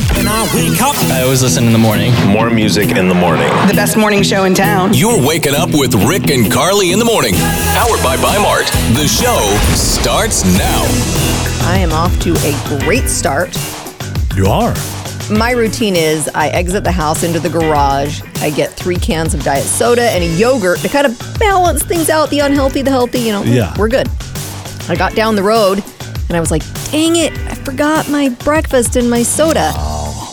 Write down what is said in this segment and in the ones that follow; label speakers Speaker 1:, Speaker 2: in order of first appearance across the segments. Speaker 1: I wake up.
Speaker 2: I always listen in the morning.
Speaker 3: More music in the morning.
Speaker 4: The best morning show in town.
Speaker 5: You're waking up with Rick and Carly in the morning. Powered by Bimart. The show starts now.
Speaker 6: I am off to a great start.
Speaker 7: You are.
Speaker 6: My routine is I exit the house into the garage. I get three cans of diet soda and a yogurt to kind of balance things out the unhealthy, the healthy, you know.
Speaker 7: Yeah.
Speaker 6: We're good. I got down the road and I was like, dang it, I forgot my breakfast and my soda.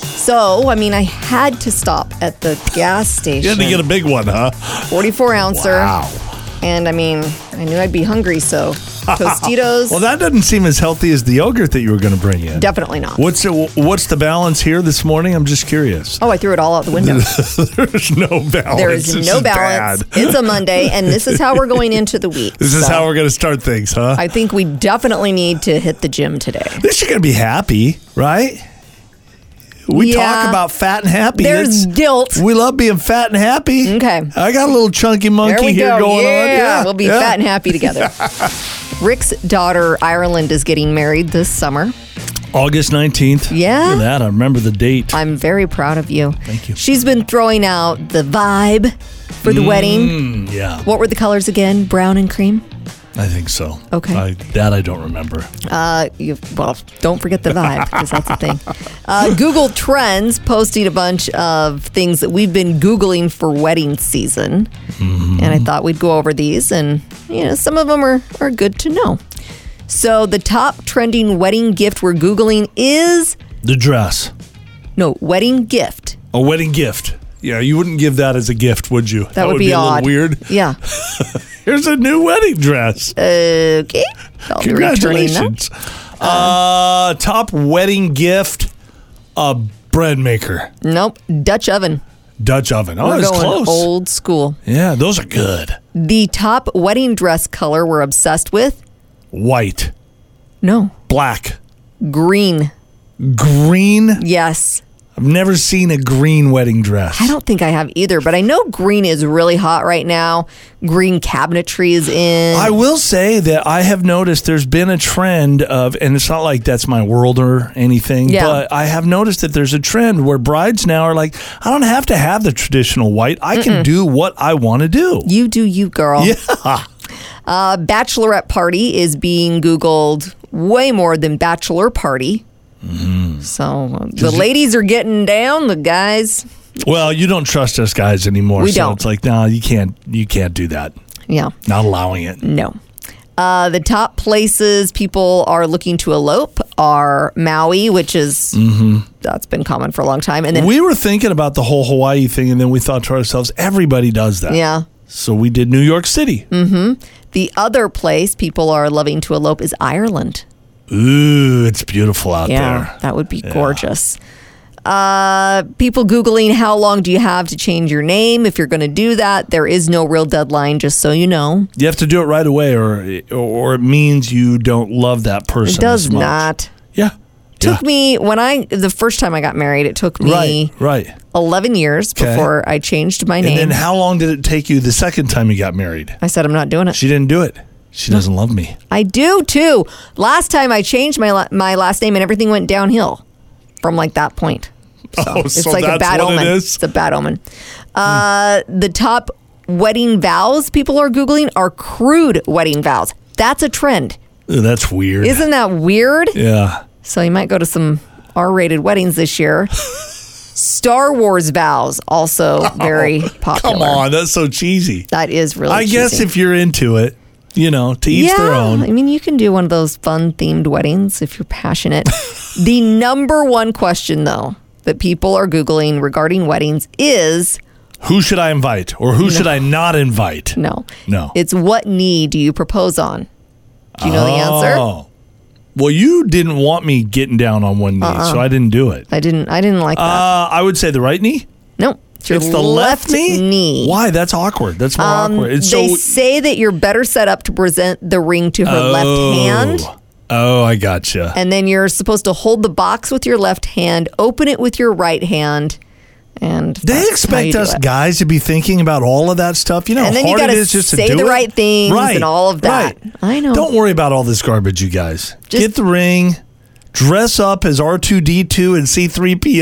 Speaker 6: So, I mean, I had to stop at the gas
Speaker 7: You
Speaker 6: station.
Speaker 7: had to get a big one, huh?
Speaker 6: 44 ouncer.
Speaker 7: Wow.
Speaker 6: And I mean, I knew I'd be hungry, so Tostitos,
Speaker 7: Well, that doesn't seem as healthy as the yogurt that you were going to bring in.
Speaker 6: definitely not.
Speaker 7: What's the, what's the balance here this morning? I'm just curious.
Speaker 6: Oh, I threw it all out the window.
Speaker 7: There's no balance.
Speaker 6: There is
Speaker 7: Oh, This
Speaker 6: no balance.
Speaker 7: bad.
Speaker 6: It's a Monday, and this is how we're going into the week.
Speaker 7: This is
Speaker 6: So,
Speaker 7: how we're going to start things, huh?
Speaker 6: I think we definitely need to hit the gym today.
Speaker 7: this you're going to be happy, right? We talk
Speaker 6: Yeah.
Speaker 7: about fat and happy.
Speaker 6: There's
Speaker 7: That's-
Speaker 6: guilt.
Speaker 7: We love being fat and happy.
Speaker 6: Okay.
Speaker 7: I got a little chunky monkey
Speaker 6: There we
Speaker 7: here
Speaker 6: go.
Speaker 7: going
Speaker 6: yeah.
Speaker 7: on. Yeah.
Speaker 6: we'll be
Speaker 7: yeah.
Speaker 6: fat and happy together. Rick's daughter Ireland is getting married this summer.
Speaker 7: August 19th.
Speaker 6: Yeah.
Speaker 7: Look at that. I remember the date.
Speaker 6: I'm very proud of you.
Speaker 7: Thank you. Mm.
Speaker 6: She's been throwing out the vibe for the wedding.
Speaker 7: yeah.
Speaker 6: What were the colors again? Brown and cream.
Speaker 7: I think so.
Speaker 6: Okay.
Speaker 7: I, that I don't remember.
Speaker 6: Uh, you, well, don't forget the vibe because that's the thing. Uh, Google Trends posting a bunch of things that we've been Googling for wedding season.
Speaker 7: Mm-hmm.
Speaker 6: And I thought we'd go over these, and you know, some of them are, are good to know. So, the top trending wedding gift we're Googling is
Speaker 7: The dress.
Speaker 6: no, wedding gift.
Speaker 7: A wedding gift. Yeah, you wouldn't give that as a gift, would you?
Speaker 6: That, would, be,
Speaker 7: a
Speaker 6: odd.
Speaker 7: little weird.
Speaker 6: Yeah.
Speaker 7: Here's a new wedding dress.
Speaker 6: Uh, Okay. I'll be returning that.
Speaker 7: Congratulations. Uh, top wedding gift a bread maker.
Speaker 6: Nope. Dutch oven.
Speaker 7: Dutch oven. Oh,
Speaker 6: We're
Speaker 7: it's
Speaker 6: going
Speaker 7: close.
Speaker 6: old school.
Speaker 7: Yeah, those are good.
Speaker 6: The top wedding dress color we're obsessed with?
Speaker 7: White,
Speaker 6: No.
Speaker 7: black,
Speaker 6: Green.
Speaker 7: green.
Speaker 6: Yes.
Speaker 7: I've never seen a green wedding dress.
Speaker 6: I don't think I have either, but I know green is really hot right now. Green cabinetry is in.
Speaker 7: I will say that I have noticed there's been a trend of, and it's not like that's my world or anything,
Speaker 6: Yeah.
Speaker 7: but I have noticed that there's a trend where brides now are like, I don't have to have the traditional white. I can do what I want to do.
Speaker 6: you do you, girl.
Speaker 7: Yeah.
Speaker 6: A bachelorette party is being Googled way more than bachelor party.
Speaker 7: Mm-hmm.
Speaker 6: So uh, the ladies are getting down, the guys.
Speaker 7: Well, you don't trust us guys anymore.
Speaker 6: We
Speaker 7: so
Speaker 6: don't.
Speaker 7: it's like, no, you can't, you can't do that.
Speaker 6: Yeah,
Speaker 7: Not allowing it.
Speaker 6: no. Uh, the top places people are looking to elope are Maui, which is that's been common for a long time, and then
Speaker 7: Mm-hmm. We were thinking about the whole Hawaii thing, and then we thought to ourselves, everybody does that.
Speaker 6: yeah, Mm.
Speaker 7: So we did New York City.
Speaker 6: the other place people are loving to elope is Ireland.
Speaker 7: Ooh, it's beautiful out
Speaker 6: Yeah,
Speaker 7: there.
Speaker 6: that would be gorgeous. Uh, people Googling how long do you have to change your name if you're going to do that? There is no real deadline, just so you know.
Speaker 7: You have to do it right away, or or it means you don't love that person.
Speaker 6: It does
Speaker 7: as much.
Speaker 6: not.
Speaker 7: Yeah.
Speaker 6: Took
Speaker 7: Yeah.
Speaker 6: me, when I, the first time I got married, it took me
Speaker 7: Right. Right.
Speaker 6: 11 years
Speaker 7: Okay.
Speaker 6: before I changed my
Speaker 7: And
Speaker 6: name.
Speaker 7: then how long did it take you the second time you got married?
Speaker 6: I said, I'm not doing it.
Speaker 7: She didn't do it. She doesn't love me.
Speaker 6: I do too. Last time I changed my, la- my last name and everything went downhill from like that point.
Speaker 7: Oh,
Speaker 6: It's like a bad omen. It's a bad omen.
Speaker 7: Hmm.
Speaker 6: Uh, The top wedding vows people are Googling are crude wedding vows. That's a trend.
Speaker 7: Ooh, that's weird.
Speaker 6: Isn't that weird?
Speaker 7: yeah.
Speaker 6: So you might go to some R rated weddings this year. Star Wars vows, also very popular.
Speaker 7: Oh, Come on, that's so cheesy.
Speaker 6: That is really
Speaker 7: I guess
Speaker 6: cheesy.
Speaker 7: if you're into it, you know, to each
Speaker 6: yeah,
Speaker 7: their
Speaker 6: I
Speaker 7: own.
Speaker 6: mean, you can do one of those fun themed weddings if you're passionate. the number one question, though, that people are Googling regarding weddings is
Speaker 7: Who should I invite or who should I not invite?
Speaker 6: No.
Speaker 7: No.
Speaker 6: It's what knee do you propose on? Do you know the answer?
Speaker 7: Oh. Well, you didn't want me getting down on one knee,
Speaker 6: Uh-uh.
Speaker 7: so I didn't do it.
Speaker 6: I didn't. I didn't like that.
Speaker 7: Uh, I would say the right knee.
Speaker 6: No, it's your
Speaker 7: it's the left, knee? Why? That's awkward. That's more awkward. It's
Speaker 6: Um, they
Speaker 7: so.
Speaker 6: say that you're better set up to present the ring to her left hand,
Speaker 7: Oh, I gotcha.
Speaker 6: and then you're supposed to hold the box with your left hand, open it with your right hand, and
Speaker 7: They
Speaker 6: that's how you
Speaker 7: expect
Speaker 6: do
Speaker 7: us
Speaker 6: it.
Speaker 7: guys to be thinking about all of that stuff. You know, how
Speaker 6: And then you
Speaker 7: hard it
Speaker 6: gotta
Speaker 7: is just to
Speaker 6: say
Speaker 7: do
Speaker 6: the
Speaker 7: it?
Speaker 6: right things and all of that.
Speaker 7: right.
Speaker 6: I know.
Speaker 7: Don't worry about all this garbage, you guys.
Speaker 6: Just-
Speaker 7: Get the ring. dress up as R2D2 and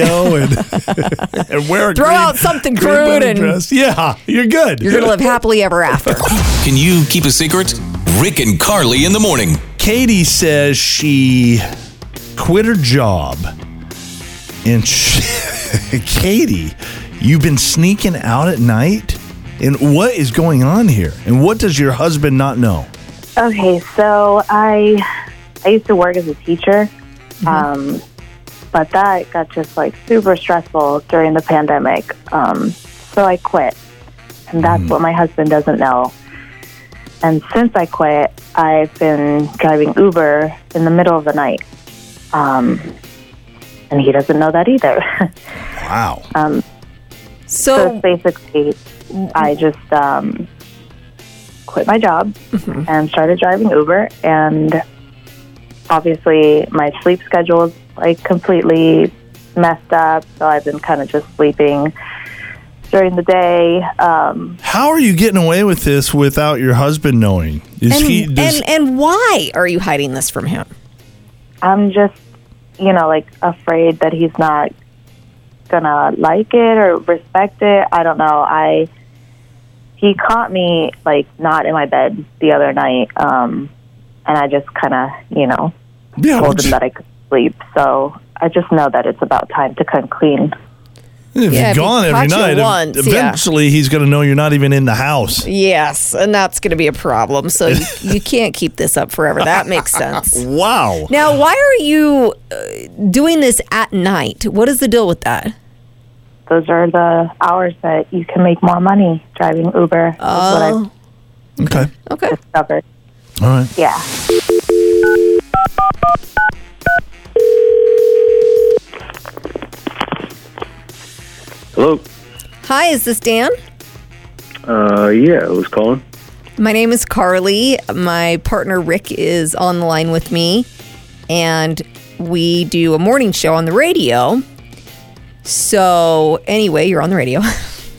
Speaker 7: C3PO and, and wear a
Speaker 6: Throw
Speaker 7: green-
Speaker 6: out something
Speaker 7: green
Speaker 6: crude
Speaker 7: wedding
Speaker 6: and-
Speaker 7: dress. Yeah, you're good.
Speaker 6: You're going to live happily ever after.
Speaker 5: Can you keep a secret? Rick and Carly in the morning.
Speaker 7: Katie says she quit her job. And she, Katie, you've been sneaking out at night? And what is going on here? And what does your husband not know?
Speaker 1: Okay, so I I used to work as a teacher, um, but that got just like super stressful during the pandemic. Um, so I quit, and that's what my husband doesn't know. And since I quit, I've been driving Uber in the middle of the night, um, and he doesn't know that either.
Speaker 7: Wow.
Speaker 1: so
Speaker 6: So,
Speaker 1: basically, I just um, quit my job and started driving Uber. And obviously, my sleep schedule is like completely messed up. So I've been kind of just sleeping during the day. Um,
Speaker 7: How are you getting away with this without your husband knowing? Is
Speaker 6: and,
Speaker 7: he does,
Speaker 6: and, and why are you hiding this from him?
Speaker 1: I'm just, you know, like afraid that he's not gonna like it or respect it. I don't know. I he caught me like not in my bed the other night, um, and I just kind of, you know,
Speaker 7: yeah,
Speaker 1: told
Speaker 7: but
Speaker 1: him that I could sleep. So I just know that it's about time to come clean.
Speaker 7: if
Speaker 6: Yeah,
Speaker 7: you're
Speaker 6: if he
Speaker 7: gone every
Speaker 6: caught you
Speaker 7: night,
Speaker 6: once, yeah.
Speaker 7: eventually he's going to know you're not even in the house.
Speaker 6: Yes, and that's going to be a problem. So you, you can't keep this up forever. That makes sense.
Speaker 7: Wow.
Speaker 6: Now, why are you uh, doing this at night? What is the deal with that?
Speaker 1: Those are the hours that you can make more money driving Uber. is
Speaker 6: Oh,
Speaker 7: Okay.
Speaker 6: okay.
Speaker 1: what I've discovered.
Speaker 7: All right.
Speaker 1: Yeah.
Speaker 2: Hello.
Speaker 6: Hi, is this Dan?
Speaker 2: Uh, yeah, who's calling?
Speaker 6: My name is Carly. My partner Rick is on the line with me, and we do a morning show on the radio. So, anyway, you're on the radio.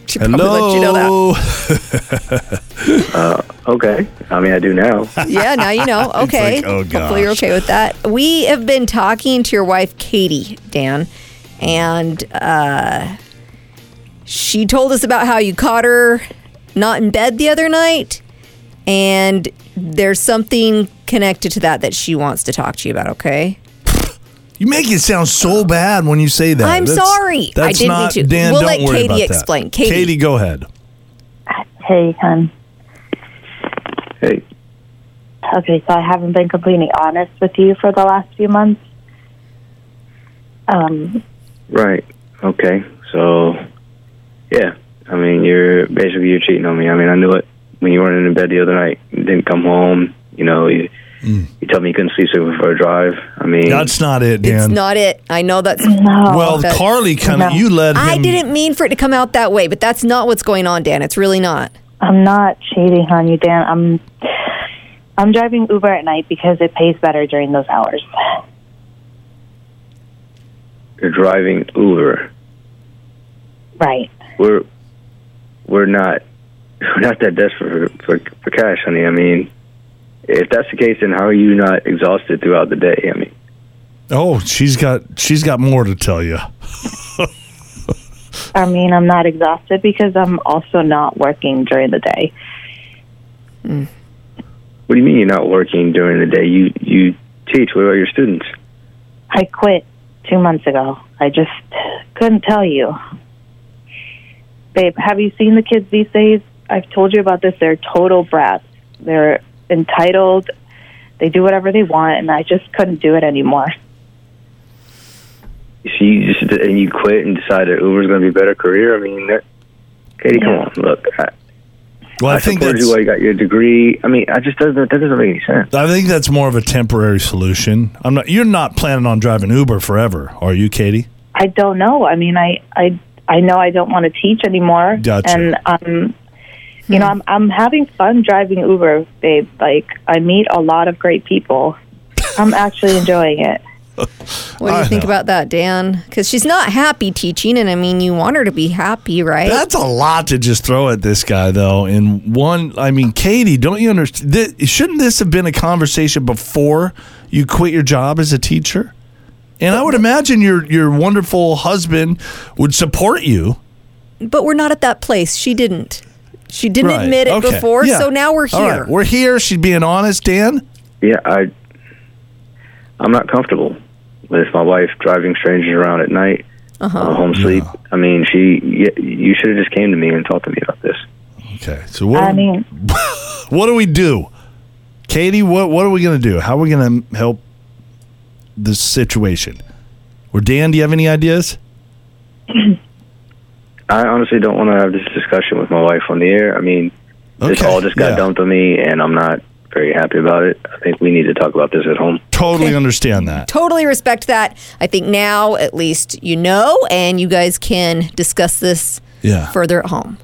Speaker 6: Should probably
Speaker 7: Hello.
Speaker 6: let you know that.
Speaker 2: Okay. I mean, I do now.
Speaker 6: Yeah, now you know. Okay.
Speaker 7: like, oh,
Speaker 6: Hopefully you're
Speaker 7: gosh.
Speaker 6: okay with that. We have been talking to your wife, Katie, Dan, and uh, she told us about how you caught her not in bed the other night, and there's something connected to that that she wants to talk to you about, okay?
Speaker 7: You make it sound so bad when you say that.
Speaker 6: I'm sorry. I
Speaker 7: That's
Speaker 6: didn't
Speaker 7: not,
Speaker 6: mean to.
Speaker 7: Dan,
Speaker 6: We'll
Speaker 7: don't
Speaker 6: let
Speaker 7: worry
Speaker 6: Katie
Speaker 7: about that.
Speaker 6: explain. Katie.
Speaker 7: Katie, go ahead.
Speaker 1: Hey, hun.
Speaker 2: hey.
Speaker 1: Okay, so I haven't been completely honest with you for the last few months. Um,
Speaker 2: Right. Okay. So, yeah. I mean, you're basically you're cheating on me. I mean, I knew it when you weren't in bed the other night. You didn't come home. You know, you you told me you couldn't sleep so before a drive. I mean,
Speaker 7: That's not it, Dan.
Speaker 6: It's not it. I know that's.
Speaker 1: no.
Speaker 7: well,
Speaker 6: that-
Speaker 7: Carly kind of,
Speaker 1: No.
Speaker 7: you led him.
Speaker 6: I didn't mean for it to come out that way, but that's not what's going on, Dan. It's really not.
Speaker 1: I'm not cheating on you, Dan. I'm I'm driving Uber at night because it pays better during those hours.
Speaker 2: you're driving Uber.
Speaker 1: Right.
Speaker 2: We're we're not we're not that desperate for, for for cash, honey. I mean, if that's the case, then how are you not exhausted throughout the day? I mean.
Speaker 7: Oh, she's got she's got more to tell you.
Speaker 1: I mean, I'm not exhausted because I'm also not working during the day.
Speaker 2: What do you mean you're not working during the day? You you teach. What about your students?
Speaker 1: I quit two months ago. I just couldn't tell you. Babe, have you seen the kids these days? I've told you about this. They're total brats. They're entitled. They do whatever they want, and I just couldn't do it anymore.
Speaker 2: So you just and you quit and decided Uber's going to be a better career. I mean, that, Katie, come on, look. I,
Speaker 7: Well, I,
Speaker 2: I,
Speaker 7: think
Speaker 2: supported
Speaker 7: that's
Speaker 2: you while you got your degree. I mean, I just doesn't that doesn't make any sense.
Speaker 7: I think that's more of a temporary solution. I'm not. You're not planning on driving Uber forever, are you, Katie?
Speaker 1: I don't know. I mean, I I I know I don't want to teach anymore,
Speaker 7: Gotcha.
Speaker 1: and um, you know, I'm I'm having fun driving Uber, babe. Like I meet a lot of great people. I'm actually enjoying it.
Speaker 6: What do you
Speaker 7: I
Speaker 6: think
Speaker 7: know.
Speaker 6: about that, Dan? Because she's not happy teaching, and I mean, you want her to be happy, right?
Speaker 7: That's a lot to just throw at this guy, though. And one, I mean, Katie, don't you understand? Th- shouldn't this have been a conversation before you quit your job as a teacher? And I would imagine your your wonderful husband would support you.
Speaker 6: But we're not at that place. She didn't. She didn't
Speaker 7: Right.
Speaker 6: admit it
Speaker 7: Okay.
Speaker 6: before,
Speaker 7: Yeah.
Speaker 6: so now we're
Speaker 7: All
Speaker 6: here.
Speaker 7: right. We're here. She's being honest, Dan.
Speaker 2: Yeah, I I'm not comfortable with my wife driving strangers around at night. uh Home sleep. I mean, she. y- You should have just came to me and talked to me about this.
Speaker 7: Okay. So what
Speaker 1: I mean,
Speaker 7: what do we do? Katie, what what are we going to do? How are we going to help this situation? Or Dan, do you have any ideas?
Speaker 2: I honestly don't want to have this discussion with my wife on the air. I mean, this
Speaker 7: Okay,
Speaker 2: all just got
Speaker 7: yeah.
Speaker 2: dumped on me, and I'm not very happy about it. I think we need to talk about this at home.
Speaker 7: Totally understand that.
Speaker 6: Totally respect that. I think now at least you know, and you guys can discuss this
Speaker 7: Yeah.
Speaker 6: further at home.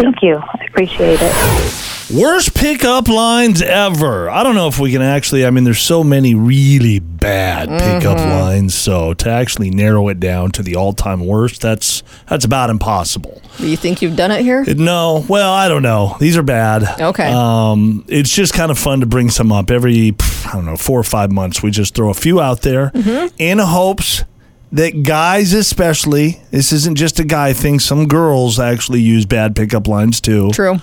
Speaker 1: thank you. I appreciate it.
Speaker 7: Worst pickup lines ever. I don't know if we can actually. I mean, there's so many really bad pickup lines. So to actually narrow it down to the all-time worst, that's that's about impossible.
Speaker 6: Do you think you've done it here?
Speaker 7: No, well, I don't know. These are bad.
Speaker 6: Okay.
Speaker 7: Um, it's just kind of fun to bring some up every pff, I don't know four or five months. We just throw a few out there in hopes that guys, especially, this isn't just a guy thing. Some girls actually use bad pickup lines too.
Speaker 6: True.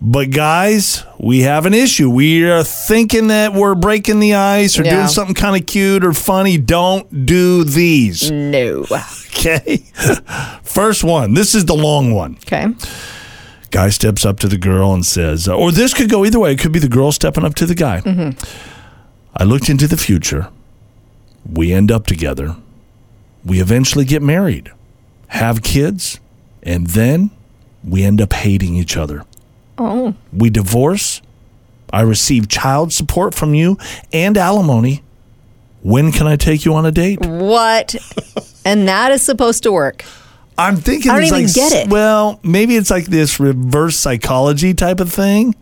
Speaker 7: But guys, we have an issue. We are thinking that we're breaking the ice or
Speaker 6: Yeah.
Speaker 7: doing something kind of cute or funny. Don't do these.
Speaker 6: No.
Speaker 7: Okay. First one. This is the long one.
Speaker 6: Okay.
Speaker 7: Guy steps up to the girl and says, uh, or this could go either way. It could be the girl stepping up to the guy. I looked into the future. We end up together. We eventually get married, have kids, and then we end up hating each other.
Speaker 6: Oh.
Speaker 7: We divorce. I receive child support from you and alimony. When can I take you on a date?
Speaker 6: What? and that is supposed to work.
Speaker 7: I'm thinking
Speaker 6: I don't
Speaker 7: it's
Speaker 6: even
Speaker 7: like,
Speaker 6: get it.
Speaker 7: Well, maybe it's like this reverse psychology type of thing.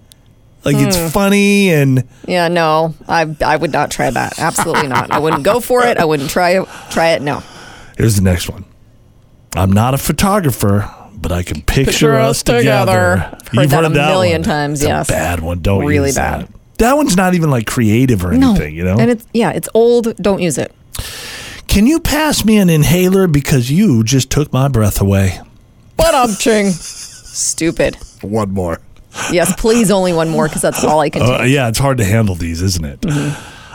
Speaker 7: Like
Speaker 6: Hmm.
Speaker 7: it's funny and
Speaker 6: Yeah, no. I I would not try that. Absolutely not. I wouldn't go for it. I wouldn't try it. Try it. No.
Speaker 7: here's the next one. I'm not a photographer, but I can picture,
Speaker 6: Picture
Speaker 7: us
Speaker 6: us together.
Speaker 7: together.
Speaker 6: I've heard that a million times,
Speaker 7: It's a
Speaker 6: yes.
Speaker 7: bad one. Don't
Speaker 6: Really
Speaker 7: use
Speaker 6: bad.
Speaker 7: That. That one's not even like creative or
Speaker 6: No.
Speaker 7: anything, you know.
Speaker 6: And it's yeah, it's old. Don't use it.
Speaker 7: Can you pass me an inhaler because you just took my breath away?
Speaker 6: But I'm ching. Stupid.
Speaker 7: One more.
Speaker 6: Yes, please only one more because that's all I can
Speaker 7: Uh,
Speaker 6: take.
Speaker 7: yeah, it's hard to handle these, isn't it?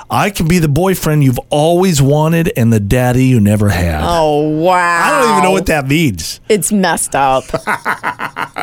Speaker 7: I can be the boyfriend you've always wanted and the daddy you never had.
Speaker 6: Oh wow.
Speaker 7: I don't even know what that means.
Speaker 6: It's messed up.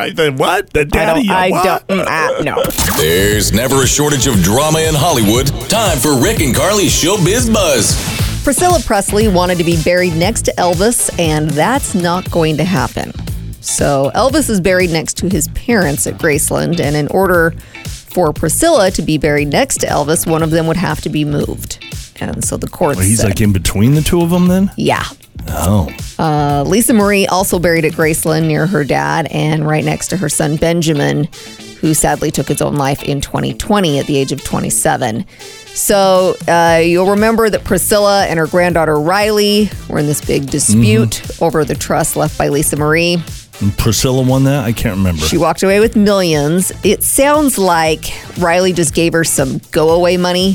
Speaker 7: I said, what? The
Speaker 6: I
Speaker 7: daddy?
Speaker 6: don't. I
Speaker 7: what?
Speaker 6: don't. mm, ah, no.
Speaker 5: There's never a shortage of drama in Hollywood. Time for Rick and Carly's Showbiz Buzz.
Speaker 6: Priscilla Presley wanted to be buried next to Elvis, and that's not going to happen. So, Elvis is buried next to his parents at Graceland, and in order for Priscilla to be buried next to Elvis, one of them would have to be moved. And so the courts.
Speaker 7: He's
Speaker 6: said,
Speaker 7: like in between the two of them then?
Speaker 6: yeah.
Speaker 7: Oh.
Speaker 6: Uh, Lisa Marie also buried at Graceland near her dad and right next to her son Benjamin, who sadly took his own life in 2020 at the age of 27. So uh, you'll remember that Priscilla and her granddaughter Riley were in this big dispute over the trust left by Lisa Marie.
Speaker 7: And Priscilla won that? I can't remember.
Speaker 6: She walked away with millions. It sounds like Riley just gave her some go away money.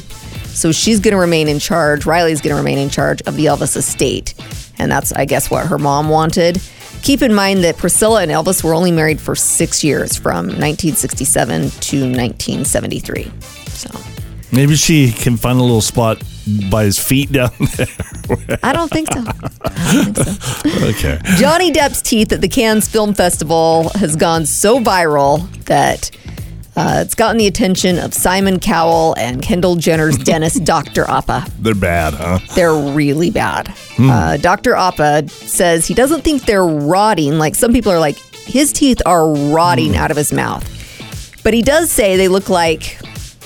Speaker 6: So she's going to remain in charge. Riley's going to remain in charge of the Elvis estate. And that's, I guess, what her mom wanted. Keep in mind that Priscilla and Elvis were only married for six years from 1967 to 1973. So
Speaker 7: Maybe she can find a little spot by his feet down there.
Speaker 6: I don't think so.
Speaker 7: okay.
Speaker 6: Johnny Depp's teeth at the Cannes Film Festival has gone so viral that uh, it's gotten the attention of Simon Cowell and Kendall Jenner's dentist, Dr. Appa.
Speaker 7: They're bad, huh?
Speaker 6: They're really bad. Uh, Dr. Appa says he doesn't think they're rotting. Like some people are like, his teeth are rotting out of his mouth. But he does say they look like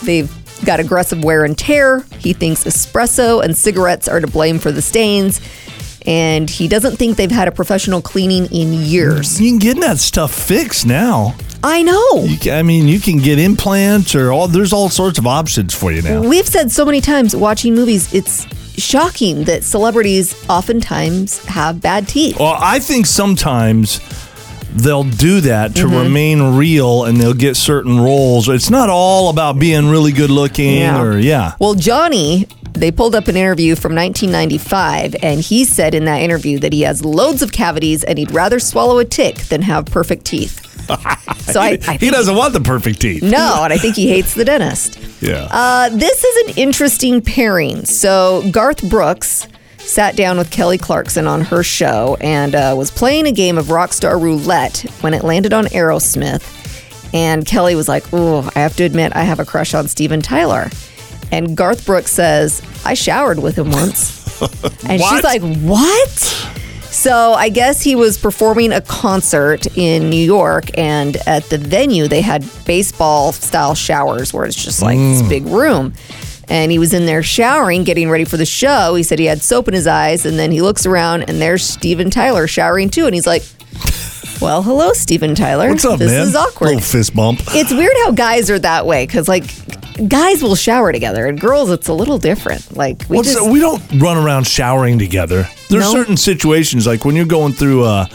Speaker 6: they've got aggressive wear and tear. He thinks espresso and cigarettes are to blame for the stains. And he doesn't think they've had a professional cleaning in years.
Speaker 7: You can get that stuff fixed now.
Speaker 6: I know.
Speaker 7: You can, I mean, you can get implants or all, there's all sorts of options for you now.
Speaker 6: We've said so many times watching movies, it's shocking that celebrities oftentimes have bad teeth.
Speaker 7: Well, I think sometimes they'll do that
Speaker 6: Mm-hmm.
Speaker 7: to remain real and they'll get certain roles. It's not all about being really good looking or, yeah.
Speaker 6: Well, Johnny They pulled up an interview from 1995, and he said in that interview that he has loads of cavities and he'd rather swallow a tick than have perfect teeth. so I, I
Speaker 7: he doesn't want the perfect teeth.
Speaker 6: no, and I think he hates the dentist.
Speaker 7: Yeah.
Speaker 6: Uh, this is an interesting pairing. So Garth Brooks sat down with Kelly Clarkson on her show and uh, was playing a game of Rockstar Roulette when it landed on Aerosmith. And Kelly was like, "Oh, I have to admit, I have a crush on Steven Tyler." And Garth Brooks says, "I showered with him once," and she's
Speaker 7: What?
Speaker 6: like, "What?" So I guess he was performing a concert in New York, and at the venue they had baseball style showers where it's just like
Speaker 7: Mm.
Speaker 6: this big room. And he was in there showering, getting ready for the show. He said he had soap in his eyes, and then he looks around and there's Steven Tyler showering too, and he's like, "Well, hello, Steven Tyler.
Speaker 7: What's up,
Speaker 6: this
Speaker 7: man?
Speaker 6: is awkward."
Speaker 7: Little fist bump.
Speaker 6: it's weird how guys are that way because like guys will shower together, and girls it's a little different. Like we
Speaker 7: What's,
Speaker 6: just
Speaker 7: we don't run around showering together. There's
Speaker 6: No.
Speaker 7: certain situations like when you're going through a,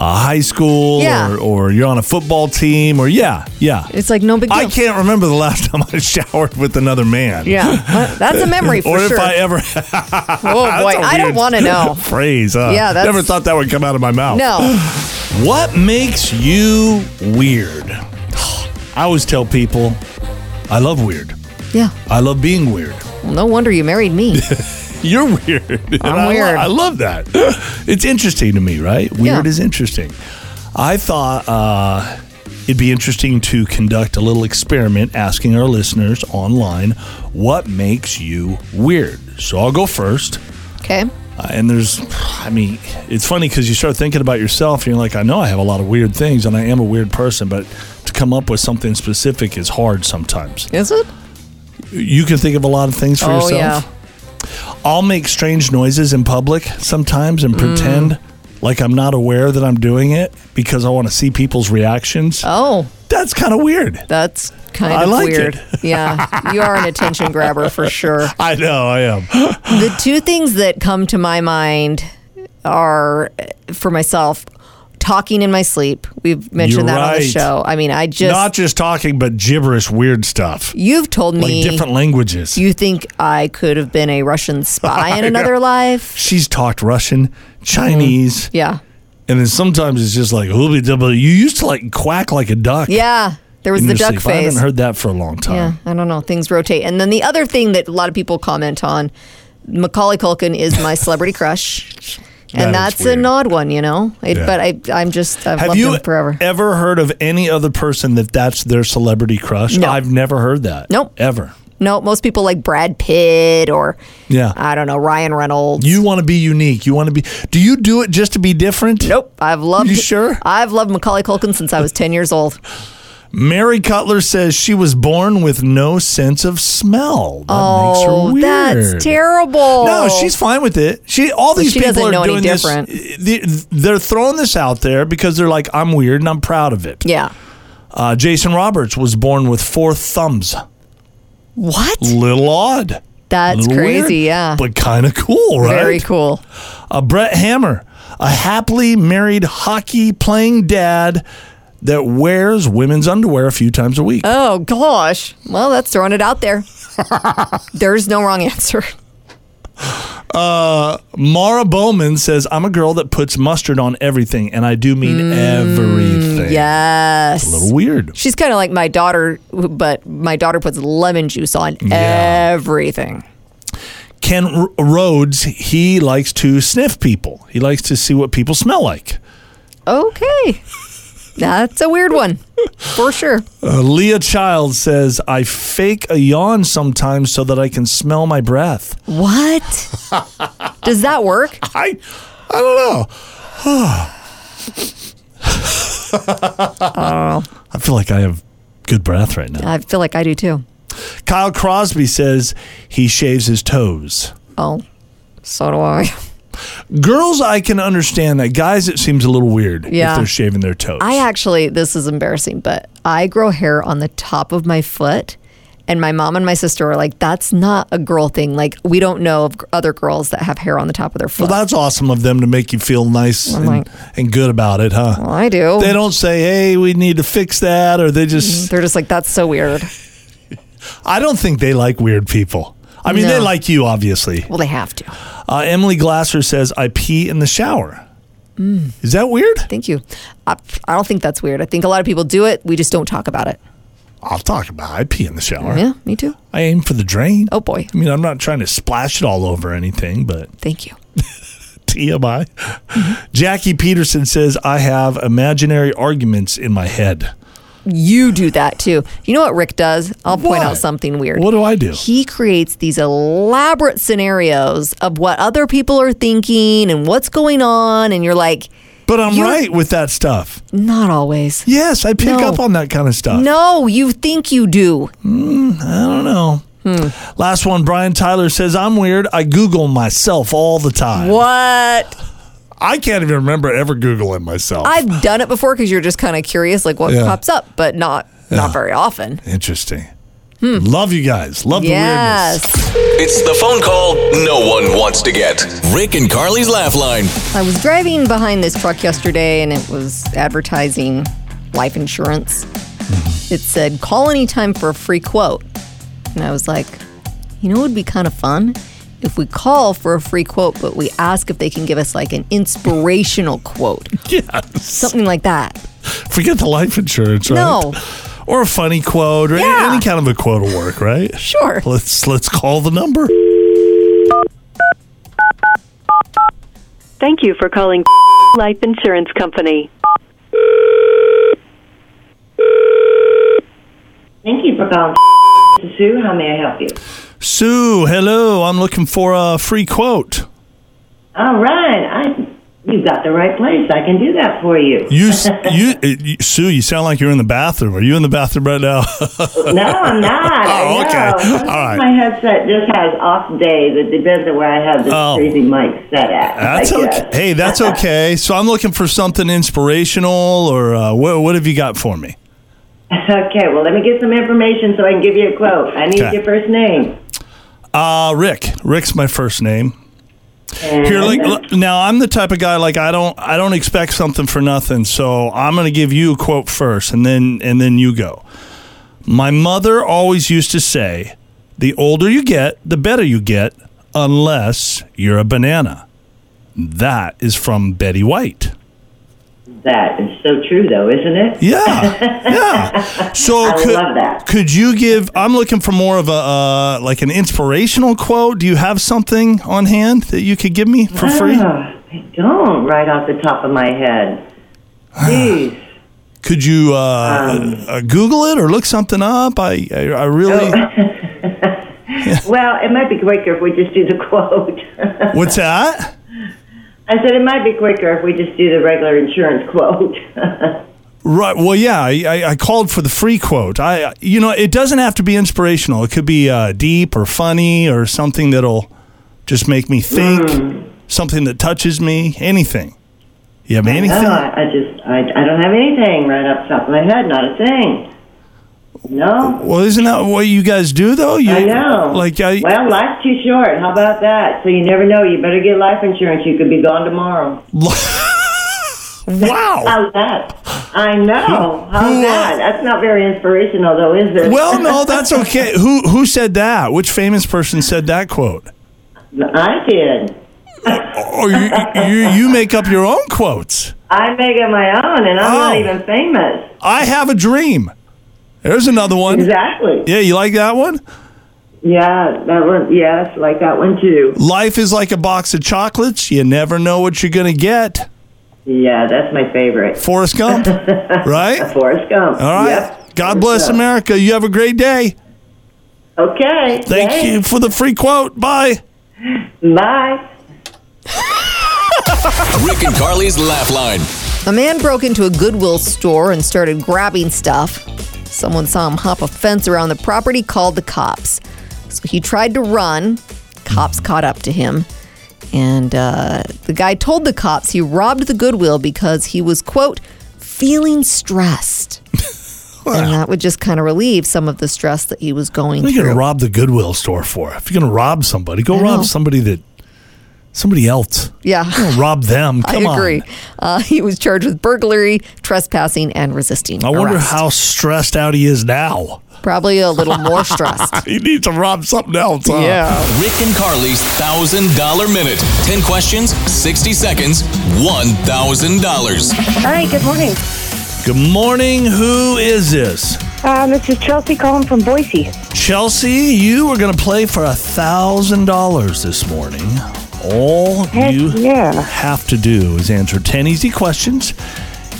Speaker 7: a high school
Speaker 6: Yeah.
Speaker 7: or, or you're on a football team or yeah, yeah.
Speaker 6: it's like no big deal.
Speaker 7: I can't remember the last time I showered with another man.
Speaker 6: Yeah, Well, that's a memory for
Speaker 7: or if
Speaker 6: sure.
Speaker 7: I ever
Speaker 6: Oh boy,
Speaker 7: That's a
Speaker 6: I don't
Speaker 7: weird
Speaker 6: want to know.
Speaker 7: phrase. Huh?
Speaker 6: Yeah, that's-
Speaker 7: never thought that would come out of my mouth.
Speaker 6: No,
Speaker 7: What makes you weird? I always tell people, I love weird.
Speaker 6: yeah.
Speaker 7: I love being weird.
Speaker 6: Well, no wonder you married me.
Speaker 7: You're weird. And I lo-
Speaker 6: weird.
Speaker 7: I love that. It's interesting to me, right?
Speaker 6: Yeah.
Speaker 7: Weird is interesting. I thought uh, it'd be interesting to conduct a little experiment asking our listeners online what makes you weird. So I'll go first.
Speaker 6: Okay.
Speaker 7: Uh, and there's, I mean, it's funny because you start thinking about yourself and you're like, I know I have a lot of weird things and I am a weird person, but to come up with something specific is hard sometimes.
Speaker 6: Is it?
Speaker 7: You can think of a lot of things for
Speaker 6: Oh
Speaker 7: yourself.
Speaker 6: yeah. Mm.
Speaker 7: I'll make strange noises in public sometimes and pretend like I'm not aware that I'm doing it because I want to see people's reactions.
Speaker 6: Oh,
Speaker 7: That's kind of weird.
Speaker 6: that's kind
Speaker 7: I
Speaker 6: of
Speaker 7: like
Speaker 6: weird. Yeah, you are an attention grabber for sure.
Speaker 7: I know I am.
Speaker 6: The two things that come to my mind are uh, for myself talking in my sleep. We've mentioned
Speaker 7: You're
Speaker 6: that on the
Speaker 7: right.
Speaker 6: show. I mean, I just
Speaker 7: Not just talking, but gibberish weird stuff.
Speaker 6: you've told me
Speaker 7: Like different languages.
Speaker 6: you think I could have been a Russian spy in another life.
Speaker 7: She's talked Russian, Chinese,
Speaker 6: Yeah.
Speaker 7: and then sometimes it's just like "Ooby dooby." You used to like quack like a duck.
Speaker 6: Yeah. There was
Speaker 7: in
Speaker 6: the
Speaker 7: your
Speaker 6: duck
Speaker 7: sleep. I
Speaker 6: face.
Speaker 7: haven't heard that for a long time.
Speaker 6: Yeah, I don't know. Things rotate. And then the other thing that a lot of people comment on, Macaulay Culkin is my celebrity crush. And
Speaker 7: That is
Speaker 6: that's
Speaker 7: weird.
Speaker 6: an odd one, you know? It,
Speaker 7: Yeah.
Speaker 6: But I, I'm just, I've
Speaker 7: Have
Speaker 6: loved
Speaker 7: you e-
Speaker 6: him forever.
Speaker 7: ever heard of any other person that that's their celebrity crush?
Speaker 6: No.
Speaker 7: I've never heard that.
Speaker 6: Nope.
Speaker 7: Ever.
Speaker 6: No, most people like Brad Pitt or,
Speaker 7: Yeah.
Speaker 6: I don't know, Ryan Reynolds.
Speaker 7: you want to be unique. You want to be. Do you do it just to be different?
Speaker 6: nope. I've loved
Speaker 7: You sure?
Speaker 6: I've loved Macaulay Culkin since I was 10 years old.
Speaker 7: Mary Cutler says she was born with no sense of smell. That
Speaker 6: Oh,
Speaker 7: makes her weird.
Speaker 6: that's terrible.
Speaker 7: No, she's fine with it. She all these
Speaker 6: Oh. she doesn't
Speaker 7: people are
Speaker 6: know any
Speaker 7: doing this.
Speaker 6: different.
Speaker 7: they- They're throwing this out there because they're like, I'm weird and I'm proud of it.
Speaker 6: Yeah.
Speaker 7: Uh, Jason Roberts was born with four thumbs.
Speaker 6: What?
Speaker 7: Little odd.
Speaker 6: That's
Speaker 7: Little weird,
Speaker 6: crazy. yeah.
Speaker 7: But kind of cool, right?
Speaker 6: Very cool.
Speaker 7: A Brett Hammer, a happily married hockey playing dad that wears women's underwear a few times a week.
Speaker 6: Oh gosh. Well, that's throwing it out there. There's no wrong answer.
Speaker 7: Mara Bowman says, I'm a girl that puts mustard on everything, and I do mean everything.
Speaker 6: Mm, Yes.
Speaker 7: A little weird.
Speaker 6: She's kind of like my daughter, but my daughter puts lemon juice on
Speaker 7: Yeah.
Speaker 6: everything.
Speaker 7: Ken R- Rhodes, he likes to sniff people. He likes to see what people smell like.
Speaker 6: Okay. That's a weird one. For sure.
Speaker 7: Uh, Leah Child says, I fake a yawn sometimes so that I can smell my breath.
Speaker 6: What? Does that work?
Speaker 7: I, I don't know. I feel like I have good breath right now.
Speaker 6: I feel like I do too.
Speaker 7: Kyle Crosby says he shaves his toes.
Speaker 6: Oh, so do I.
Speaker 7: Girls, I can understand that. Guys, it seems a little weird
Speaker 6: Yeah.
Speaker 7: if they're shaving their toes.
Speaker 6: I actually, this is embarrassing, but I grow hair on the top of my foot. And my mom and my sister were like, that's not a girl thing. Like, we don't know of other girls that have hair on the top of their foot.
Speaker 7: well, that's awesome of them to make you feel nice and,
Speaker 6: like-
Speaker 7: and good about it, huh?
Speaker 6: Well, oh. I do.
Speaker 7: They don't say, hey, we need to fix
Speaker 6: Mm-hmm.
Speaker 7: that, or they just,
Speaker 6: They're just like, that's so weird.
Speaker 7: I don't think they like weird people. I mean, they
Speaker 6: No.
Speaker 7: like you, obviously.
Speaker 6: Well, they have to.
Speaker 7: Uh, Emily Glasser says, I pee in the shower.
Speaker 6: Mm.
Speaker 7: Is that weird?
Speaker 6: Thank you. I, I don't think that's weird. I think a lot of people do it. We just don't talk about it.
Speaker 7: I'll talk about it. I pee in the shower.
Speaker 6: Yeah, me too.
Speaker 7: I aim for the drain.
Speaker 6: Oh, boy.
Speaker 7: I mean, I'm not trying to splash it all over anything, but
Speaker 6: Thank you.
Speaker 7: TMI.
Speaker 6: Mm-hmm.
Speaker 7: Jackie Peterson says, I have imaginary arguments in my head.
Speaker 6: You do that too. You know what Rick does? I'll
Speaker 7: What?
Speaker 6: point out something weird.
Speaker 7: What do I do?
Speaker 6: He creates these elaborate scenarios of what other people are thinking and what's going on, and you're like,
Speaker 7: But I'm
Speaker 6: You're-
Speaker 7: right with that stuff.
Speaker 6: not always.
Speaker 7: Yes, I pick
Speaker 6: No.
Speaker 7: up on that kind of stuff.
Speaker 6: No, you think you do.
Speaker 7: I don't know.
Speaker 6: Hmm.
Speaker 7: Last one, Brian Tyler says, I'm weird. I Google myself all the time.
Speaker 6: What?
Speaker 7: I can't even remember ever Googling myself.
Speaker 6: I've done it before because you're just kind of curious, like what
Speaker 7: Yeah.
Speaker 6: pops up, but not not very often.
Speaker 7: Interesting. Love you guys. Love the weirdness.
Speaker 6: Hmm. Yes.
Speaker 5: It's the phone call no one wants to get. Rick and Carly's Laugh Line.
Speaker 6: I was driving behind this truck yesterday and it was advertising life insurance.
Speaker 7: Mm-hmm.
Speaker 6: It said, call anytime for a free quote. And I was like, you know, it would be kind of fun if we call for a free quote, but we ask if they can give us like an inspirational quote,
Speaker 7: Yes.
Speaker 6: something like that.
Speaker 7: Forget the life insurance, right?
Speaker 6: No.
Speaker 7: Or a funny quote or a-
Speaker 6: Yeah.
Speaker 7: any kind of a quote will work, right?
Speaker 6: Sure.
Speaker 7: Let's let's call the number.
Speaker 3: Thank you for calling Life Insurance Company.
Speaker 4: Thank you for calling. This is Sue. How may I help you?
Speaker 7: Sue, hello. I'm looking for a free quote.
Speaker 4: All right, I you got the right place. I can do that for you.
Speaker 7: You s- you, uh, you Sue, you sound like you're in the bathroom. Are you in the bathroom right now?
Speaker 4: No, I'm not.
Speaker 7: Oh,
Speaker 4: I
Speaker 7: okay.
Speaker 4: know.
Speaker 7: All right.
Speaker 4: My headset just has off days. It depends on where I have this
Speaker 7: Oh.
Speaker 4: crazy mic set at.
Speaker 7: That's
Speaker 4: I guess.
Speaker 7: okay. Hey, that's okay. So I'm looking for something inspirational, or uh, what? What have you got for me?
Speaker 4: okay. Well, let me get some information so I can give you a quote. I need
Speaker 7: Okay.
Speaker 4: your first name.
Speaker 7: Uh, Rick. Rick's my first name. Here, like l- now, I'm the type of guy like I don't I don't expect something for nothing. So I'm gonna give you a quote first, and then and then you go. My mother always used to say, "The older you get, the better you get, unless you're a banana." That is from Betty White.
Speaker 4: That is so true, though, isn't it?
Speaker 7: Yeah, yeah. So
Speaker 4: I
Speaker 7: could
Speaker 4: love that.
Speaker 7: could you give? I'm looking for more of a uh, like an inspirational quote. Do you have something on hand that you could give me for free?
Speaker 4: Ah, I don't right off the top of my head. Jeez.
Speaker 7: Could you uh,
Speaker 4: Um,
Speaker 7: uh, Google it or look something up? I I, I really
Speaker 4: Oh. Well, it might be quicker if we just do the quote.
Speaker 7: what's that?
Speaker 4: I said it might be quicker if we just do the regular insurance quote.
Speaker 7: Right. Well, yeah. I, I- I called for the free quote. I you know it doesn't have to be inspirational. It could be uh, deep or funny or something that'll just make me think.
Speaker 4: Hmm.
Speaker 7: Something that touches me. Anything. You have anything?
Speaker 4: no, Oh, I, I just I, I don't have anything right off the top of my head, not a thing. No,
Speaker 7: Well, isn't that what you guys do though? You,
Speaker 4: I know.
Speaker 7: Like I,
Speaker 4: well, life's too short. How about that? So you never know. You better get life insurance. You could be gone tomorrow.
Speaker 7: wow.
Speaker 4: How's that? I know.
Speaker 7: Who, uh,
Speaker 4: How's that? That's not very inspirational, though, is it?
Speaker 7: Well, no, that's okay. Who who said that? Which famous person said that quote?
Speaker 4: I did.
Speaker 7: Or you you, you make up your own quotes.
Speaker 4: I make it my own, and I'm not
Speaker 7: Oh.
Speaker 4: even famous.
Speaker 7: I have a dream. There's another one.
Speaker 4: Exactly.
Speaker 7: Yeah, you like that one?
Speaker 4: Yeah, that one. Yes, like that one too.
Speaker 7: Life is like a box of chocolates. You never know what you're gonna get.
Speaker 4: Yeah, that's my favorite.
Speaker 7: Forrest Gump, right?
Speaker 4: Forrest Gump.
Speaker 7: All right.
Speaker 4: Yep.
Speaker 7: God bless America. You have a great day.
Speaker 4: Okay.
Speaker 7: Thank you for the free quote. Bye.
Speaker 4: you. Bye.
Speaker 5: Rick and Carly's Laugh Line.
Speaker 6: A man broke into a Goodwill store and started grabbing stuff. Someone saw him hop a fence around the property, called the cops. So he tried to run. Cops caught up to him. And uh, the guy told the cops he robbed the Goodwill because he was, quote, feeling stressed. And that would just kind of relieve some of the stress that he was going
Speaker 7: What are you
Speaker 6: through.
Speaker 7: going to rob the Goodwill store for? If you're going to rob somebody, go
Speaker 6: I
Speaker 7: rob
Speaker 6: know.
Speaker 7: somebody that Somebody else.
Speaker 6: Yeah.
Speaker 7: You don't rob them. Come
Speaker 6: I agree.
Speaker 7: on.
Speaker 6: Uh, he was charged with burglary, trespassing, and resisting.
Speaker 7: I wonder
Speaker 6: arrest.
Speaker 7: how stressed out he is now.
Speaker 6: Probably a little more stressed.
Speaker 7: He needs to rob something else. huh?
Speaker 5: Rick and Carly's $1,000 minute. 10 questions, 60 seconds, $1,000.
Speaker 8: All right, good morning.
Speaker 7: Good morning. Who is this?
Speaker 8: Um, this is Chelsea calling from Boise.
Speaker 7: Chelsea, you are going to play for a thousand dollars this morning. All
Speaker 8: Heck
Speaker 7: you
Speaker 8: yeah.
Speaker 7: have to do is answer ten easy questions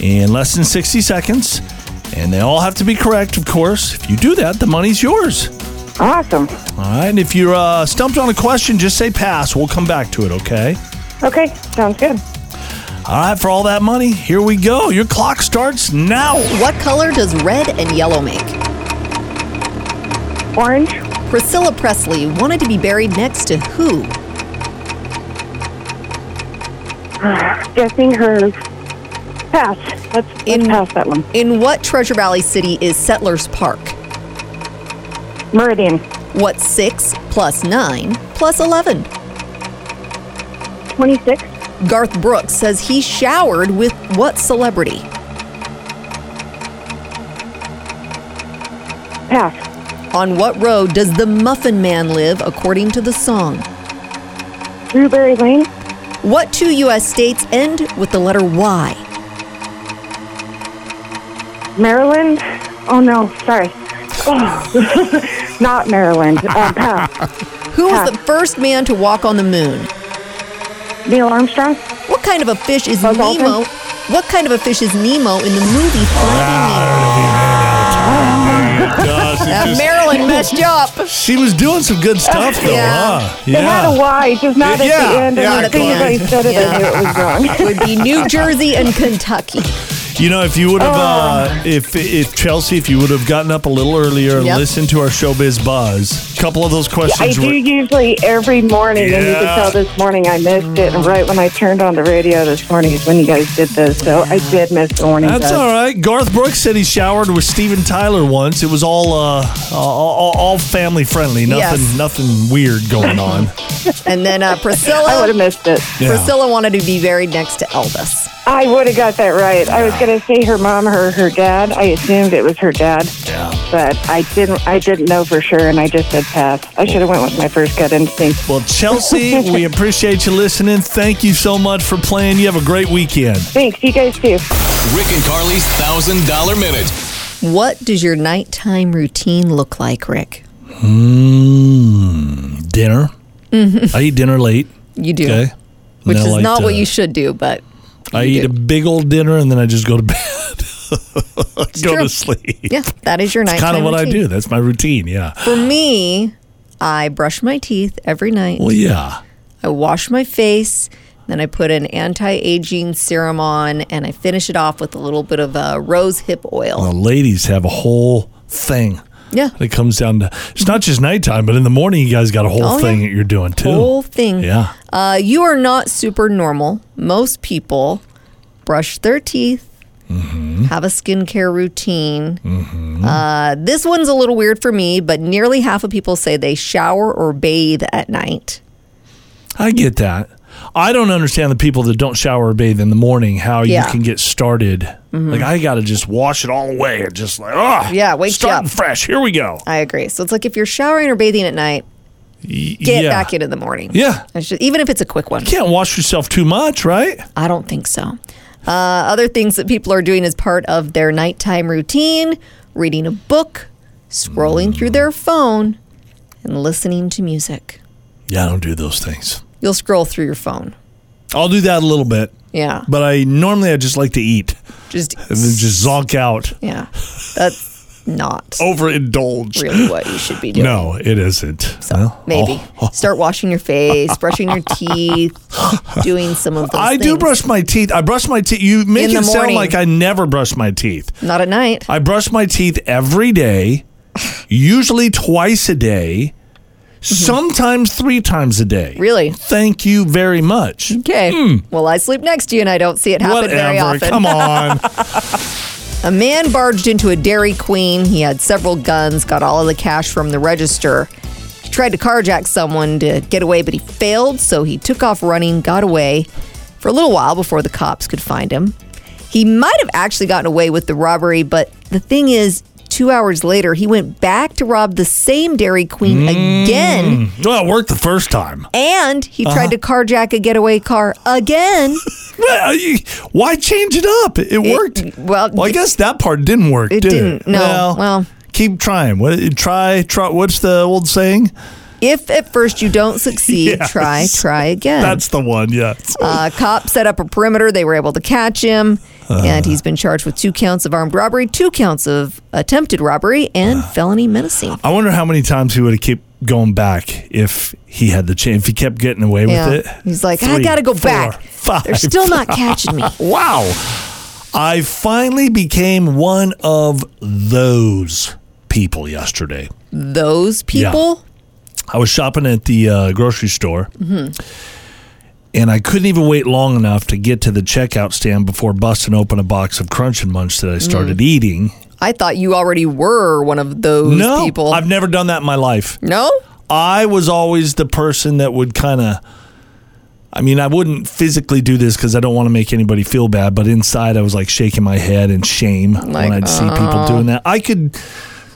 Speaker 7: in less than sixty seconds, and they all have to be correct, of course. If you do that, the money's yours.
Speaker 8: Awesome.
Speaker 7: All right, and if you're uh, stumped on a question, just say pass. We'll come back to it, okay?
Speaker 8: Okay, sounds good.
Speaker 7: All right, for all that money, here we go. Your clock starts now.
Speaker 6: What color does red and yellow make?
Speaker 8: Orange,
Speaker 6: Priscilla Presley wanted to be buried next to who?
Speaker 8: guessing her pass. Let's, let's
Speaker 6: In-
Speaker 8: pass that one.
Speaker 6: In what Treasure Valley city is Settlers Park?
Speaker 8: Meridian,
Speaker 6: What's 6 plus 9 plus 11?
Speaker 8: 26,
Speaker 6: Garth Brooks says he showered with what celebrity?
Speaker 8: pass.
Speaker 6: On what road does the Muffin Man live according to the song?
Speaker 8: Blueberry Lane,
Speaker 6: What two U.S. states end with the letter Y?
Speaker 8: Maryland. Oh no, sorry. Oh, not Maryland. Uh, pass.
Speaker 6: Who was the first man to walk on the moon?
Speaker 8: Neil Armstrong,
Speaker 6: What kind of a fish is
Speaker 8: Buzz Aldrin?
Speaker 6: Nemo? What kind of a fish is Nemo in the movie Finding Nemo? Uh, Marilyn messed you up.
Speaker 7: She was doing some good stuff, though,
Speaker 6: Yeah.
Speaker 7: huh?
Speaker 8: It had a Y, just not at
Speaker 7: Yeah,
Speaker 8: the end.
Speaker 7: yeah,
Speaker 8: and as soon as I
Speaker 6: come on.
Speaker 8: said it,
Speaker 6: Yeah.
Speaker 8: I knew it was wrong.
Speaker 6: Would be New Jersey and Kentucky.
Speaker 7: You know, if you would have,
Speaker 8: Oh.
Speaker 7: uh, if if Chelsea, if you would have gotten up a little earlier and
Speaker 6: Yep.
Speaker 7: listened to our showbiz buzz, a couple of those
Speaker 8: I
Speaker 7: questions
Speaker 8: do
Speaker 7: were.
Speaker 8: usually every morning, and you
Speaker 7: Yeah.
Speaker 8: can tell this morning I missed it. And right when I turned on the radio this morning is when you guys did this, so I did miss the morning. buzz.
Speaker 7: That's all right. Garth Brooks said he showered with Steven Tyler once. It was all uh, all, all, all family friendly. Nothing
Speaker 6: Yes.
Speaker 7: nothing weird going on.
Speaker 6: And then uh,
Speaker 8: I would
Speaker 6: Priscilla.
Speaker 8: have missed it.
Speaker 7: Yeah.
Speaker 6: Priscilla wanted to be buried next to Elvis.
Speaker 8: I would have got that right. I was going to say her mom or her dad. I assumed it was her dad, but I didn't. I didn't know for sure, and I just said pass. I should have went with my first gut instinct.
Speaker 7: Well, Chelsea, we appreciate you listening. Thank you so much for playing. You have a great weekend.
Speaker 8: Thanks, you guys too.
Speaker 5: Rick and Carly's $1,000 minute.
Speaker 6: What does your nighttime routine look like, Rick?
Speaker 7: Mm, Dinner. I eat dinner late.
Speaker 6: You do,
Speaker 7: Okay.
Speaker 6: Mm-hmm. which
Speaker 7: And I
Speaker 6: is
Speaker 7: like
Speaker 6: not
Speaker 7: to-
Speaker 6: what you should do, but
Speaker 7: I
Speaker 6: you
Speaker 7: eat a
Speaker 6: do.
Speaker 7: big old dinner and then I just go to bed. go
Speaker 6: true.
Speaker 7: to sleep.
Speaker 6: yeah, that is your
Speaker 7: It's
Speaker 6: nighttime.
Speaker 7: kind of what I
Speaker 6: routine.
Speaker 7: do. That's my routine. Yeah.
Speaker 6: For me, I brush my teeth every night.
Speaker 7: Well, yeah.
Speaker 6: I wash my face, then I put an anti-aging serum on, and I finish it off with a little bit of uh, rose hip oil.
Speaker 7: The uh, ladies have a whole thing.
Speaker 6: yeah,
Speaker 7: It comes down to it's not just nighttime, but in the morning you guys got a whole
Speaker 6: Oh,
Speaker 7: thing
Speaker 6: yeah. Oh.
Speaker 7: that you're doing too.
Speaker 6: whole thing.
Speaker 7: Yeah.
Speaker 6: Uh, you are not super normal. Most people brush their teeth,
Speaker 7: Mm-hmm.
Speaker 6: have a skincare routine. Uh, this one's a little weird for me, but nearly half of people say they shower or bathe at night.
Speaker 7: I get that. I don't understand the people that don't shower or bathe in the morning. How
Speaker 6: Yeah. Mm-hmm.
Speaker 7: you can get started? Like I got to just wash it all away and just like oh
Speaker 6: Yeah, wakes you
Speaker 7: starting
Speaker 6: up.
Speaker 7: fresh. Here we go.
Speaker 6: I agree. So it's like if you're showering or bathing at night, get
Speaker 7: yeah.
Speaker 6: back in in the morning.
Speaker 7: Yeah.
Speaker 6: It's just- even if it's a quick one.
Speaker 7: Can't wash yourself too much, right?
Speaker 6: I don't think so. Uh, other things that people are doing as part of their nighttime routine reading a book, scrolling through their phone, and listening to music.
Speaker 7: Yeah, I don't do those things.
Speaker 6: You'll scroll through your phone.
Speaker 7: I'll do that a little bit,
Speaker 6: Yeah.
Speaker 7: but I normally I just like to eat
Speaker 6: Just,
Speaker 7: and then just zonk out.
Speaker 6: yeah. That's not
Speaker 7: Overindulge.
Speaker 6: really what you should be doing.
Speaker 7: Oh. No, it isn't. Well,
Speaker 6: Maybe
Speaker 7: oh, oh.
Speaker 6: start washing your face, brushing your teeth, doing some of those
Speaker 7: I
Speaker 6: things.
Speaker 7: do brush my teeth. I brush my teeth. You make
Speaker 6: In the
Speaker 7: it sound
Speaker 6: morning.
Speaker 7: like I never brush my teeth.
Speaker 6: Not at night.
Speaker 7: I brush my teeth every day, usually twice a day, sometimes three times a day.
Speaker 6: Mm-hmm. Really?
Speaker 7: Thank you very much.
Speaker 6: Okay. Well, I sleep next to you and I don't see it happen very
Speaker 7: Hmm. Whatever.
Speaker 6: often.
Speaker 7: Come on.
Speaker 6: A man barged into a Dairy Queen. He had several guns, got all of the cash from the register. He tried to carjack someone to get away, but he failed, so he took off running, got away for a little while before the cops could find him. He might have actually gotten away with the robbery, but the thing is, two hours later, he went back to rob the same Dairy Queen
Speaker 7: Mm.
Speaker 6: again.
Speaker 7: Well, it worked the first time.
Speaker 6: And he
Speaker 7: Uh-huh.
Speaker 6: tried to carjack a getaway car again.
Speaker 7: Well, you- why change it up? It, worked.
Speaker 6: well,
Speaker 7: I
Speaker 6: it-
Speaker 7: guess that part didn't work.
Speaker 6: it
Speaker 7: did
Speaker 6: didn't. No, well.
Speaker 7: keep trying. What try try? What's the old saying?
Speaker 6: if at first you don't succeed,
Speaker 7: Yes.
Speaker 6: try, try again.
Speaker 7: That's the one. Yeah.
Speaker 6: Uh, cops set up a perimeter. They were able to catch him, and he's been charged with two counts of armed robbery, two counts of attempted robbery, and
Speaker 7: Uh,
Speaker 6: felony menacing.
Speaker 7: I wonder how many times he would have kept going back if he had the chance. If he kept getting away
Speaker 6: Yeah.
Speaker 7: with it.
Speaker 6: He's like, I
Speaker 7: Three,
Speaker 6: gotta go
Speaker 7: four,
Speaker 6: back.
Speaker 7: Five.
Speaker 6: They're still not catching me.
Speaker 7: Wow. I finally became one of those people yesterday.
Speaker 6: Those people.
Speaker 7: I was shopping at the uh, grocery store,
Speaker 6: Mm-hmm.
Speaker 7: and I couldn't even wait long enough to get to the checkout stand before busting open a box of Crunch and Munch that I started
Speaker 6: Mm.
Speaker 7: eating.
Speaker 6: I thought you already were one of those
Speaker 7: no,
Speaker 6: people.
Speaker 7: I've never done that in my life.
Speaker 6: no.
Speaker 7: I was always the person that would kind of. I mean, I wouldn't physically do this because I don't want to make anybody feel bad, but inside I was like shaking my head in shame when I'd see people
Speaker 6: uh-huh.
Speaker 7: doing that. I could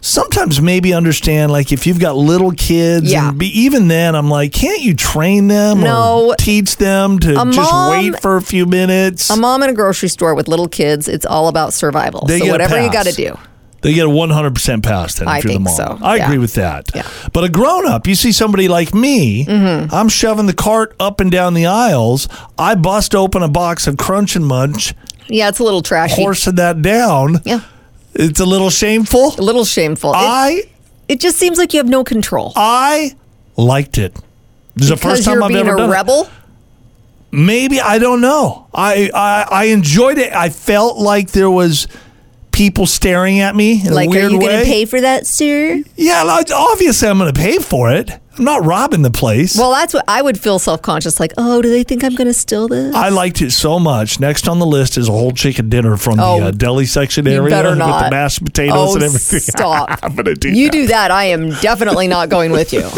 Speaker 7: sometimes maybe understand, like, if you've got little kids,
Speaker 6: Yeah.
Speaker 7: and be, even then, I'm like, can't you train them
Speaker 6: No.
Speaker 7: or teach them to
Speaker 6: A
Speaker 7: just
Speaker 6: mom-
Speaker 7: wait for a few minutes?
Speaker 6: A mom in a grocery store with little kids, it's all about survival.
Speaker 7: They
Speaker 6: so
Speaker 7: get a
Speaker 6: whatever you
Speaker 7: pass.
Speaker 6: got to do.
Speaker 7: They get a 100% pass then if
Speaker 6: I
Speaker 7: you're the
Speaker 6: think
Speaker 7: mom.
Speaker 6: so,
Speaker 7: I
Speaker 6: yeah.
Speaker 7: agree with that.
Speaker 6: Yeah. Mm-hmm.
Speaker 7: But a grown up, you see somebody like me, I'm shoving the cart up and down the aisles. I bust open a box of Crunch and Munch,
Speaker 6: Yeah, it's a little trashy.
Speaker 7: horsing that down.
Speaker 6: Yeah.
Speaker 7: It's a little shameful.
Speaker 6: A little shameful. It-
Speaker 7: I
Speaker 6: it, just seems like you have no control.
Speaker 7: I liked it. This is the
Speaker 6: Because
Speaker 7: first
Speaker 6: you're
Speaker 7: time I've
Speaker 6: being
Speaker 7: ever
Speaker 6: a
Speaker 7: done it.
Speaker 6: rebel.
Speaker 7: Maybe I don't know. I, I I enjoyed it. I felt like there was people staring at me in
Speaker 6: Like,
Speaker 7: a
Speaker 6: are
Speaker 7: weird
Speaker 6: you
Speaker 7: way.
Speaker 6: to pay for that, sir?
Speaker 7: Yeah, like, obviously I'm going to pay for it. I'm not robbing the place.
Speaker 6: Well, that's what I would feel self conscious. Like, oh, do they think I'm going to steal this?
Speaker 7: I liked it so much. Next on the list is a whole chicken dinner from
Speaker 6: Oh,
Speaker 7: the uh, deli section
Speaker 6: you
Speaker 7: area
Speaker 6: better
Speaker 7: with
Speaker 6: not.
Speaker 7: the mashed potatoes
Speaker 6: oh,
Speaker 7: and everything.
Speaker 6: stop.
Speaker 7: I'm going to do
Speaker 6: you
Speaker 7: that.
Speaker 6: do that, I am definitely not going with you.